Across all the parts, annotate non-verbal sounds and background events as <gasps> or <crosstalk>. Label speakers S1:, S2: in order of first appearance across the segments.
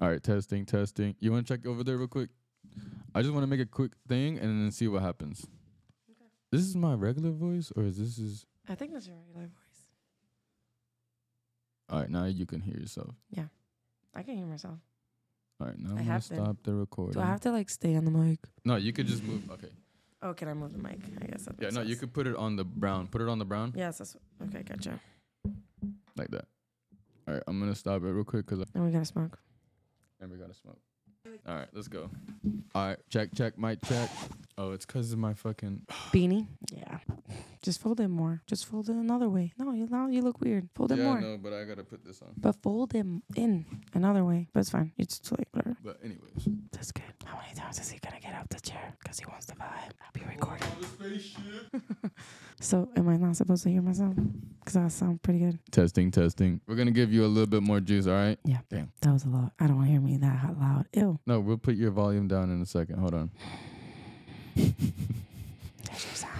S1: All right, testing, testing. You want to check over there real quick? I just want to make a quick thing and then see what happens. This is my regular voice, or is this is?
S2: I think that's your regular voice.
S1: All right, now you can hear yourself.
S2: I can hear myself.
S1: All right, now
S2: I
S1: I'm gonna
S2: have been.
S1: stop the
S2: Do
S1: recording.
S2: I have to like stay on the mic?
S1: no, you could just move. Okay.
S2: Oh, can I move the mic? I guess. that
S1: Yeah,
S2: makes
S1: no, you
S2: sense.
S1: could put it on the brown. Put it on the brown
S2: Yes, that's okay. Gotcha.
S1: like that. All right, I'm gonna stop it real quick because
S2: Now we gotta smoke.
S1: and we gotta smoke. All right, let's go. All right, check, check, mic check. Oh, it's because of my fucking.
S2: Beanie. Yeah. Just fold it more. Just fold it another way. No, you now you look weird. Fold it
S1: yeah,
S2: more.
S1: I know, but I gotta put this on.
S2: But fold him in another way. But it's fine. It's just like whatever.
S1: But anyways.
S2: That's good. How many times is he gonna get out the chair? Cause he wants to vibe. I'll be recording. So am I not supposed to hear myself? Cause I sound pretty good.
S1: Testing, testing. We're gonna give you a little bit more juice, all right?
S2: Yeah.
S1: Damn.
S2: That was a lot. I don't want to hear me that hot loud. Ew.
S1: No, we'll put your volume down in a second. Hold on. <laughs>
S2: That's your sound.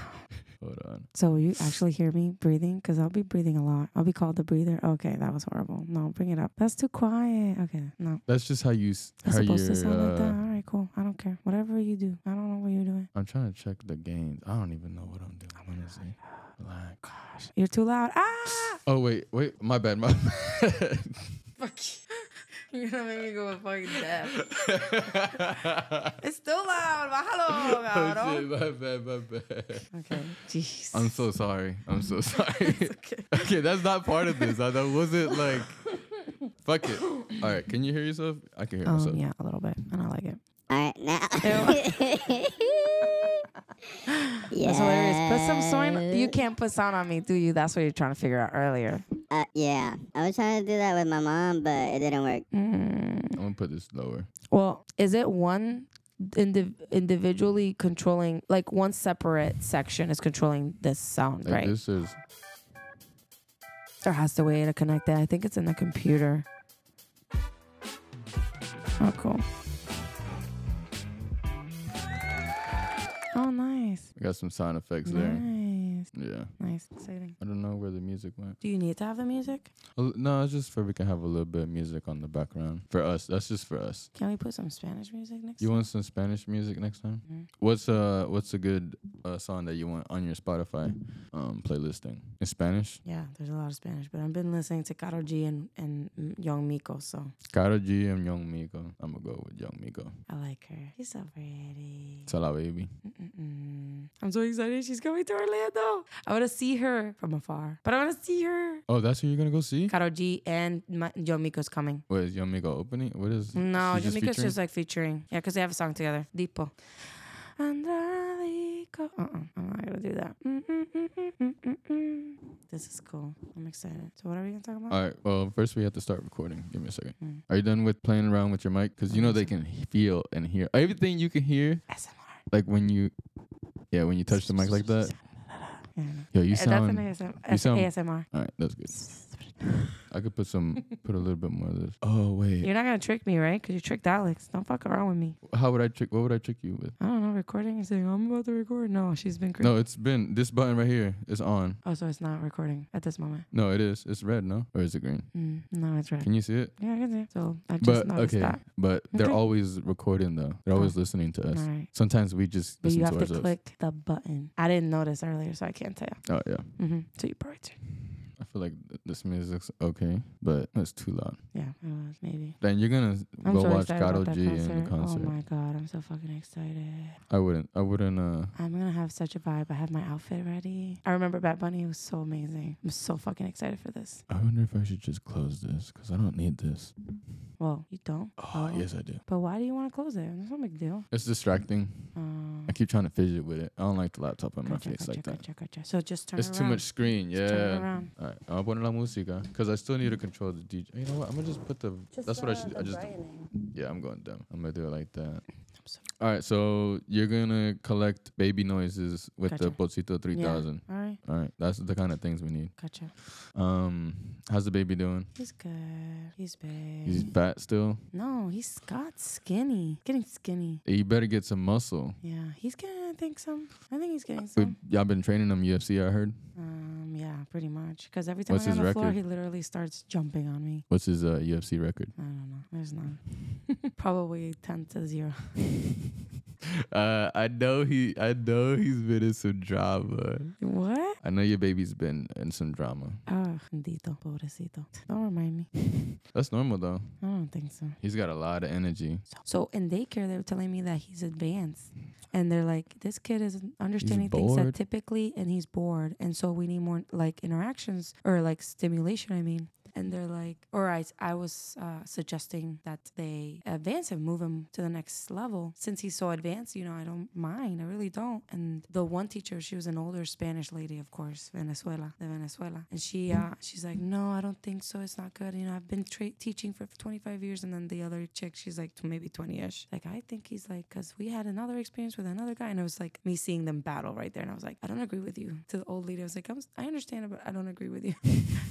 S1: Hold on.
S2: So will you actually hear me breathing? Because I'll be breathing a lot. I'll be called the breather. Okay, that was horrible. No, bring it up. That's too quiet. Okay, no.
S1: That's just how you. s-
S2: That's
S1: how
S2: supposed
S1: you're,
S2: to sound like that.
S1: uh,
S2: All right, cool. I don't care. Whatever you do. I don't know what you're doing.
S1: I'm trying to check the gains. I don't even know what I'm
S2: Oh
S1: doing, honestly. Relax.
S2: Gosh, you're too loud. Ah!
S1: Oh, wait, wait. My bad. My <laughs> bad.
S2: <laughs> Fuck you. <laughs> You're gonna make me go fucking deaf.
S1: Oh,
S2: It's too loud. Mahalo,
S1: <laughs> oh, shit, my bad, my bad.
S2: Okay. Jeez.
S1: I'm so sorry. I'm
S2: <laughs>
S1: so sorry.
S2: okay.
S1: <laughs> okay, that's not part of this. I, that wasn't
S2: <laughs>
S1: like. Fuck it. All right, can you hear yourself? I can hear myself.
S2: Um, yeah, a little bit, and I like it.
S3: All right, now.
S2: That's hilarious. Put some sound. You can't put sound on me, do you? That's what you're trying to figure out earlier.
S3: Uh, yeah, I was trying to do that with my mom, but it didn't work.
S2: Mm.
S1: I'm gonna put this lower.
S2: Well, is it one indiv- individually controlling, like one separate section is controlling this sound,
S1: Like
S2: right?
S1: this is
S2: There has to be a way to connect that. I think it's in the computer. Oh, cool. Oh, nice.
S1: I got some sound effects
S2: Mm.
S1: there.
S2: Nice.
S1: Yeah.
S2: Nice. Exciting.
S1: I don't know where the music went.
S2: Do you need to have the music?
S1: Oh, No, it's just for we can have a little bit of music on the background. For us. That's just for us.
S2: Can we put some Spanish music next?
S1: You want some Spanish music next time?
S2: Mhm.
S1: What's uh what's a good uh, song that you want on your Spotify um playlist thing? In Spanish?
S2: yeah, there's a lot of Spanish, but I've been listening to Karol G and, and Young Miko, so
S1: Karol G and Young Miko. I'm gonna go with Young Miko.
S2: I like her. She's so pretty.
S1: Sala baby.
S2: Mm-mm. I'm so excited. She's coming to Orlando. I want to see her from afar, but I want to see her.
S1: Oh, that's who you're gonna go see?
S2: Karol G and Ma- Yomiko's coming.
S1: What is Young Miko opening? What is
S2: No,
S1: she's just
S2: Yomiko's
S1: featuring?
S2: just like featuring. Yeah, because they have a song together. Deepo. Andradico. Uh-uh. I'm not going to do that. Mm-mm-mm-mm-mm-mm-mm. This is cool. I'm excited. So, what are we going to talk about?
S1: All right. Well, first we have to start recording. Give me a second.
S2: Mm.
S1: Are you done with playing around with your mic? Because you know they can he- feel and hear everything you can hear.
S2: SMR.
S1: Like when you, yeah, when you touch the mic like that.
S2: Yeah, I know.
S1: Yo, you
S2: Uh,
S1: sound.
S2: That's an ASM,
S1: you sound-
S2: ASMR.
S1: All right, that's good. I could put
S2: <laughs>
S1: some, put a little bit more of this. Oh wait,
S2: You're not going to trick me, right? Because you tricked Alex. Don't fuck around with me.
S1: how would I trick? What would I trick you with?
S2: I don't know, recording and saying, I'm about to record. No, she's been crazy.
S1: No, it's been this button right here is on.
S2: Oh, so it's not recording at this moment.
S1: No, it is. It's red, no, or is it green?
S2: Mm, no, it's right.
S1: Can you see it?
S2: Yeah, I can see. it. So I just
S1: But
S2: noticed
S1: okay,
S2: that.
S1: but they're
S2: Okay.
S1: always recording though. They're always
S2: Oh.
S1: listening to
S2: All
S1: us.
S2: right.
S1: Sometimes we just
S2: But
S1: listen to
S2: you have to
S1: ourselves.
S2: click the button. I didn't notice earlier, so I can't tell.
S1: Oh yeah.
S2: Mm-hmm. So you probably did.
S1: I feel like th- this music's okay, but it's too loud.
S2: Yeah, it was maybe.
S1: Then you're gonna
S2: I'm
S1: go
S2: so
S1: watch
S2: excited
S1: Karol
S2: about that
S1: G
S2: concert.
S1: in the concert.
S2: Oh my god, I'm so fucking excited.
S1: I wouldn't. I wouldn't. Uh,
S2: I'm gonna have such a vibe. I have my outfit ready. I remember Bad Bunny was so amazing. I'm so fucking excited for this.
S1: I wonder if I should just close this because I don't need this.
S2: Well, you don't.
S1: Oh,
S2: Oh.
S1: yes, I do.
S2: But why do you want to close it? That's no big deal.
S1: It's distracting.
S2: Um,
S1: I keep trying to fidget with it. I don't like the laptop in my
S2: Gotcha,
S1: face
S2: gotcha,
S1: like that.
S2: gotcha, gotcha. So just turn
S1: It's
S2: around.
S1: too much screen.
S2: Just Turn it
S1: Yeah.
S2: around.
S1: All right. I'll put la música because ah. I still need to control the DJ. You know what? I'm gonna just put the. that's what I should. do. I just. Yeah, I'm going down. I'm gonna do it like that.
S2: sorry.
S1: All right. So you're gonna collect baby noises with the Pocito 3000.
S2: All right.
S1: All right. That's the kind of things we need.
S2: Gotcha.
S1: Um, how's the baby doing?
S2: He's good. He's big.
S1: He's fat still.
S2: no, he's got skinny. Getting skinny.
S1: You better get some muscle.
S2: Yeah, he's gonna think some. I think he's getting
S1: We,
S2: some.
S1: y'all been training him UFC. I heard.
S2: Um, yeah, pretty much. Because every time
S1: What's
S2: I'm on
S1: his
S2: the floor,
S1: record?
S2: he literally starts jumping on me.
S1: What's his uh, UFC record? <laughs>
S2: I don't know. There's <laughs> none. Probably ten to zero.
S1: Uh, I know he. I know he's been in some drama.
S2: What?
S1: I know your baby's been in some drama.
S2: Oh, bendito, pobrecito. Don't remind me.
S1: That's normal though.
S2: I don't think so.
S1: He's got a lot of energy.
S2: So, so in daycare, they were telling me that he's advanced, and they're like, this kid isn't understanding things
S1: bored.
S2: that typically, and he's bored, and so we need more like interactions or like stimulation. I mean. And they're like, all right, I was uh, suggesting that they advance him, move him to the next level. Since he's so advanced, you know, I don't mind. I really don't. And the one teacher, she was an older Spanish lady, of course, Venezuela, de Venezuela. And she, uh, she's like, no, I don't think so. It's not good. You know, I've been tra- teaching for 25 years. And then the other chick, she's like, maybe 20 ish. Like, I think he's like, because we had another experience with another guy. And it was like me seeing them battle right there. And I was like, I don't agree with you. To the old lady, I was like, I'm, I understand, but I don't agree with you.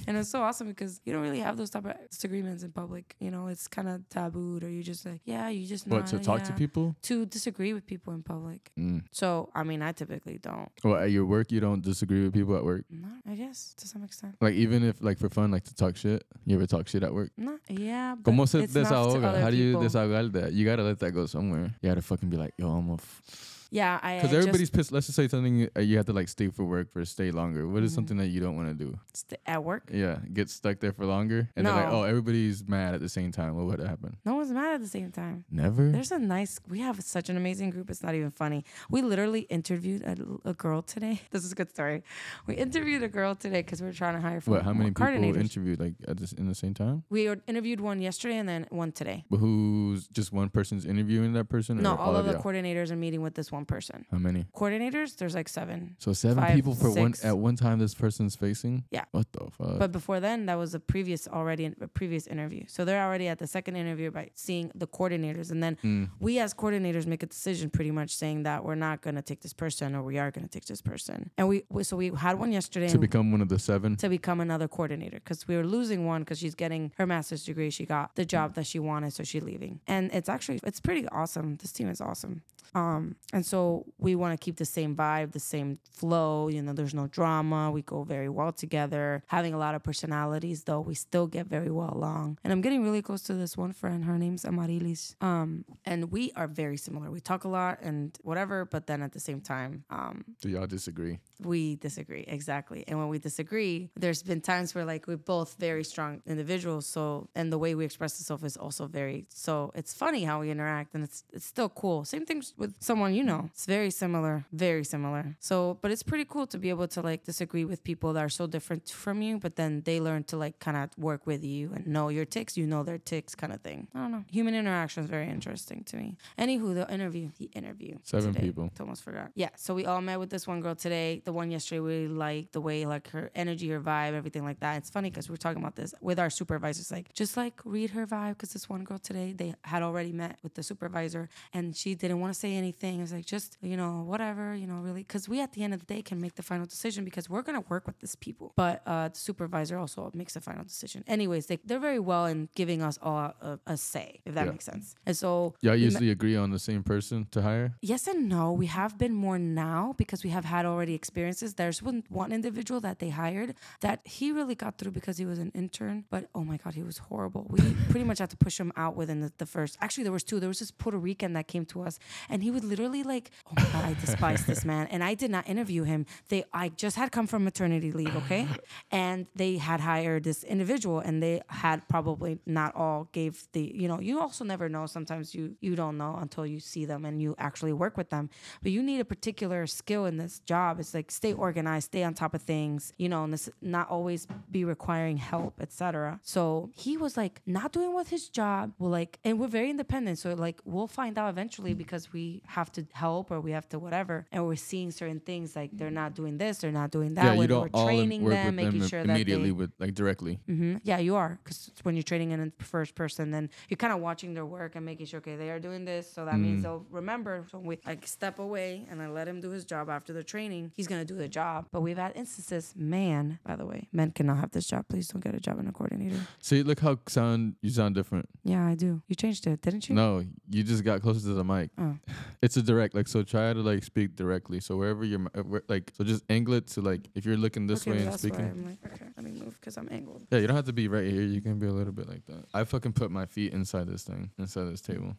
S2: And it's so awesome because you don't really have those type of disagreements in public. You know, it's kind of tabooed, or you just like, yeah, you just
S1: What
S2: nod,
S1: to talk to
S2: yeah.
S1: people?
S2: to disagree with people in public.
S1: Mm.
S2: So I mean, I typically don't.
S1: Well, at your work, you don't disagree with people at work.
S2: Not, I guess to some extent.
S1: Like even if like for fun, like to talk shit. You ever talk shit at work?
S2: Not yeah. But
S1: Como se
S2: it's not to
S1: desahoga?
S2: other
S1: How do you
S2: people.
S1: desahogar that? You gotta let that go somewhere. You gotta fucking be like, yo, I'm a. F-.
S2: Yeah, I.
S1: Because
S2: I
S1: everybody's pissed. Let's just say something uh, you have to like stay for work for stay longer. What is
S2: Mhm.
S1: something that you don't want to do?
S2: just st- at work.
S1: Yeah, get stuck there for longer, and they're like,
S2: No.
S1: oh, everybody's mad at the same time. What would happen?
S2: No one's mad at the same time.
S1: Never.
S2: There's a nice. We have such an amazing group. It's not even funny. We literally interviewed a, a girl today. <laughs> This is a good story. We interviewed a girl today because we were trying to hire. for
S1: what? How many people
S2: coordinators.
S1: interviewed like at this in the same time?
S2: We were- interviewed one yesterday and then one today.
S1: But who's just one person's interviewing that person?
S2: No,
S1: or
S2: all, of the
S1: y'all?
S2: coordinators are meeting with this one person.
S1: How many?
S2: Coordinators, there's like seven.
S1: So seven
S2: Five,
S1: people for one
S2: six.
S1: at one time. This person's facing.
S2: Yeah.
S1: What the fuck?
S2: But before then, that was a previous already a previous interview. So they're already at the second interview by seeing the coordinators, and then
S1: Mm.
S2: we as coordinators make a decision, pretty much saying that we're not going to take this person or we are going to take this person. And we we- so we had one yesterday.
S1: to
S2: and
S1: become one of the seven.
S2: to become another coordinator because we were losing one because she's getting her master's degree. She got the job that she wanted, so she's leaving. And it's actually it's pretty awesome. This team is awesome. Um, and so we want to keep the same vibe, the same flow. You know, there's no drama. We go very well together. Having a lot of personalities, though, we still get very well along. And I'm getting really close to this one friend. Her name's Amarilis. Um, and we are very similar. We talk a lot and whatever, but then at the same time, um,
S1: Do y'all disagree?
S2: we disagree exactly and when we disagree there's been times where like we're both very strong individuals so and the way we express ourselves is also very so it's funny how we interact and it's it's still cool same thing with someone you know it's very similar very similar so but it's pretty cool to be able to like disagree with people that are so different from you but then they learn to like kind of work with you and know your ticks you know their ticks kind of thing i don't know human interaction is very interesting to me anywho the interview the interview
S1: Seven
S2: today.
S1: people.
S2: Almost forgot. Yeah. So we all met with this one girl today. The one yesterday we really liked the way like her energy, her vibe, everything like that. It's funny because we're talking about this with our supervisors. Like just like read her vibe because this one girl today they had already met with the supervisor and she didn't want to say anything. It was like just you know whatever you know really because we at the end of the day can make the final decision because we're gonna work with these people. But uh, the supervisor also makes the final decision. Anyways, they they're very well in giving us all a, a say if that
S1: Yeah.
S2: makes sense. And so
S1: Y'all
S2: we met-
S1: usually agree on the same person to hire.
S2: Yes and no. We have been more now because we have had already experiences. There's one one individual that they hired that he really got through because he was an intern, but oh my god, he was horrible. We pretty much had to push him out within the, the first. Actually, there was two. There was this Puerto Rican that came to us, and he would literally like, oh my god, I despise this man. And I did not interview him. They, I just had come from maternity leave, okay, and they had hired this individual, and they had probably not all gave the, you know, you also never know. Sometimes you you don't know until you see them and you actually work with them. But you need a particular skill in this job. It's like stay organized, stay on top of things, you know, and this not always be requiring help, etc. So he was like not doing with his job. Well, like, and we're very independent, so like we'll find out eventually because we have to help or we have to whatever, and we're seeing certain things like they're not doing this, they're not doing that.
S1: yeah, you
S2: when
S1: don't
S2: we're
S1: all in-
S2: training
S1: work
S2: them,
S1: with
S2: making
S1: them im-
S2: sure that
S1: immediately
S2: they
S1: with like directly.
S2: hmm Yeah, you are. Because when you're training in a first person, then you're kind of watching their work and making sure, okay, they are doing this. So that
S1: Mm.
S2: means they'll remember. So we like step away and I let him do his job after the training. He's going to do the job. But we've had instances, man, by the way, men cannot have this job. Please don't get a job in a coordinator.
S1: See, look how sound you sound different.
S2: Yeah, I do. You changed it, didn't you?
S1: No, you just got closer to the mic.
S2: Oh.
S1: <sighs> It's a direct Like so, try to like speak directly. So wherever you're, m- uh, where, like so, just angle it to like if you're looking this
S2: okay,
S1: way
S2: but
S1: and
S2: that's
S1: speaking.
S2: why I'm like, okay, let me move because I'm angled.
S1: Yeah, you don't have to be right here. You can be a little bit like that. I fucking put my feet inside this thing, inside this table.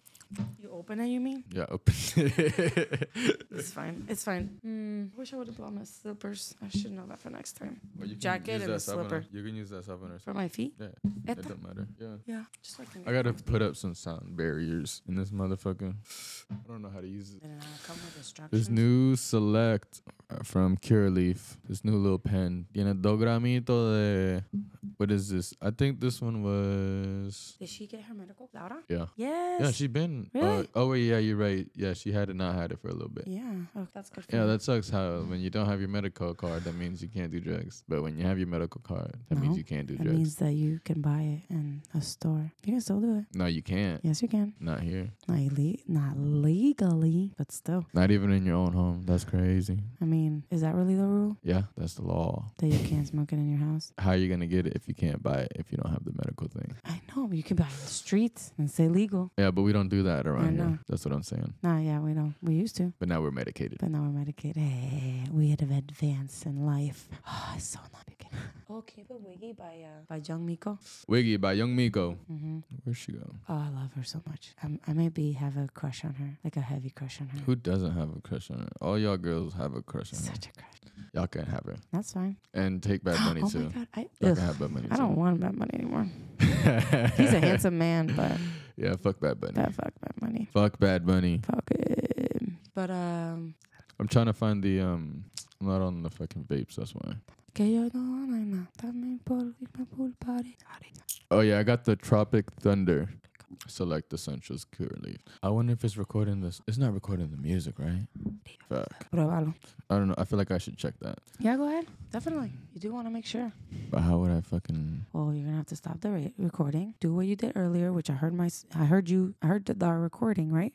S2: You open it, you mean?
S1: Yeah, <laughs> open.
S2: It's fine. It's fine. Hmm. I wish I would have brought my slippers. I should know that for next time.
S1: Or you can
S2: Jacket
S1: use
S2: and
S1: that
S2: a
S1: saban or-
S2: slipper.
S1: You can use that saban or
S2: For my feet?
S1: Yeah, it
S2: Eta.
S1: don't matter. Yeah.
S2: Yeah. Just like
S1: I gotta put up some sound barriers in this motherfucker. I don't know how to use it.
S2: Did it not come with instructions?
S1: This new select uh, from Cureleaf. This new little pen. Tiene dos gramitos de. What is this? I think this one was.
S2: Did she get her medical? Laura?
S1: Yeah.
S2: Yes.
S1: Yeah, she been. Uh,
S2: Really?
S1: oh wait, yeah, you're right. Yeah, she had it, not had it for a little bit.
S2: Yeah. Okay. That's good. For
S1: Yeah,
S2: you.
S1: that sucks. How when you don't have your medical card, that means you can't do drugs. But when you have your medical card, that
S2: No,
S1: means you can't do
S2: That
S1: drugs.
S2: means that you can buy it in a store. You can still do it.
S1: No, you can't.
S2: Yes, you can.
S1: Not here.
S2: Not, ille- not legally, but still.
S1: Not even in your own home. That's crazy.
S2: I mean, is that really the rule
S1: Yeah, that's the law.
S2: that you can't smoke it in your house?
S1: How are you gonna get it if you can't buy it if you don't have the medical thing?
S2: I know. You can buy it in the streets and say legal.
S1: Yeah, but we don't do that around
S2: know.
S1: here. That's what I'm saying.
S2: Nah, yeah, we don't. We used to,
S1: But now we're medicated.
S2: but now we're medicated. <sighs> Hey, we had advanced in life. <sighs> Oh, it's so not big. Okay, but Oh, Wiggy by uh, by Jung Miko.
S1: Wiggy by Young Miko.
S2: Mm-hmm.
S1: Where'd she go?
S2: Oh, I love her so much. I'm, I might be have a crush on her, like a heavy crush on her.
S1: Who doesn't have a crush on her? All y'all girls have a crush on her.
S2: Such a crush.
S1: Y'all can have her.
S2: That's
S1: <gasps>
S2: fine.
S1: And take back money
S2: <gasps> oh
S1: too.
S2: my god, I
S1: Y'all
S2: ugh,
S1: can have bad money
S2: I don't
S1: too.
S2: want that money anymore. He's a handsome man, but
S1: <laughs> Yeah, fuck bad bunny.
S2: that fuck that money.
S1: Fuck bad bunny.
S2: Fuck it. But um,
S1: I'm trying to find the um I'm not on the fucking vapes, that's why.
S2: que yo no hay nada. Dame por irme pool party.
S1: Oh yeah, I got the Tropic Thunder. Select Essentials Cure Leaf. I wonder if it's recording this. It's not recording the music, right? Fuck.
S2: Pruébalo.
S1: I don't know. I feel like I should check that.
S2: Yeah, go ahead. Definitely. You do want to make sure.
S1: But how would I fucking
S2: Well, you're gonna have to stop the re- recording. Do what you did earlier, which I heard my, s- I heard you, I heard the, the recording, right?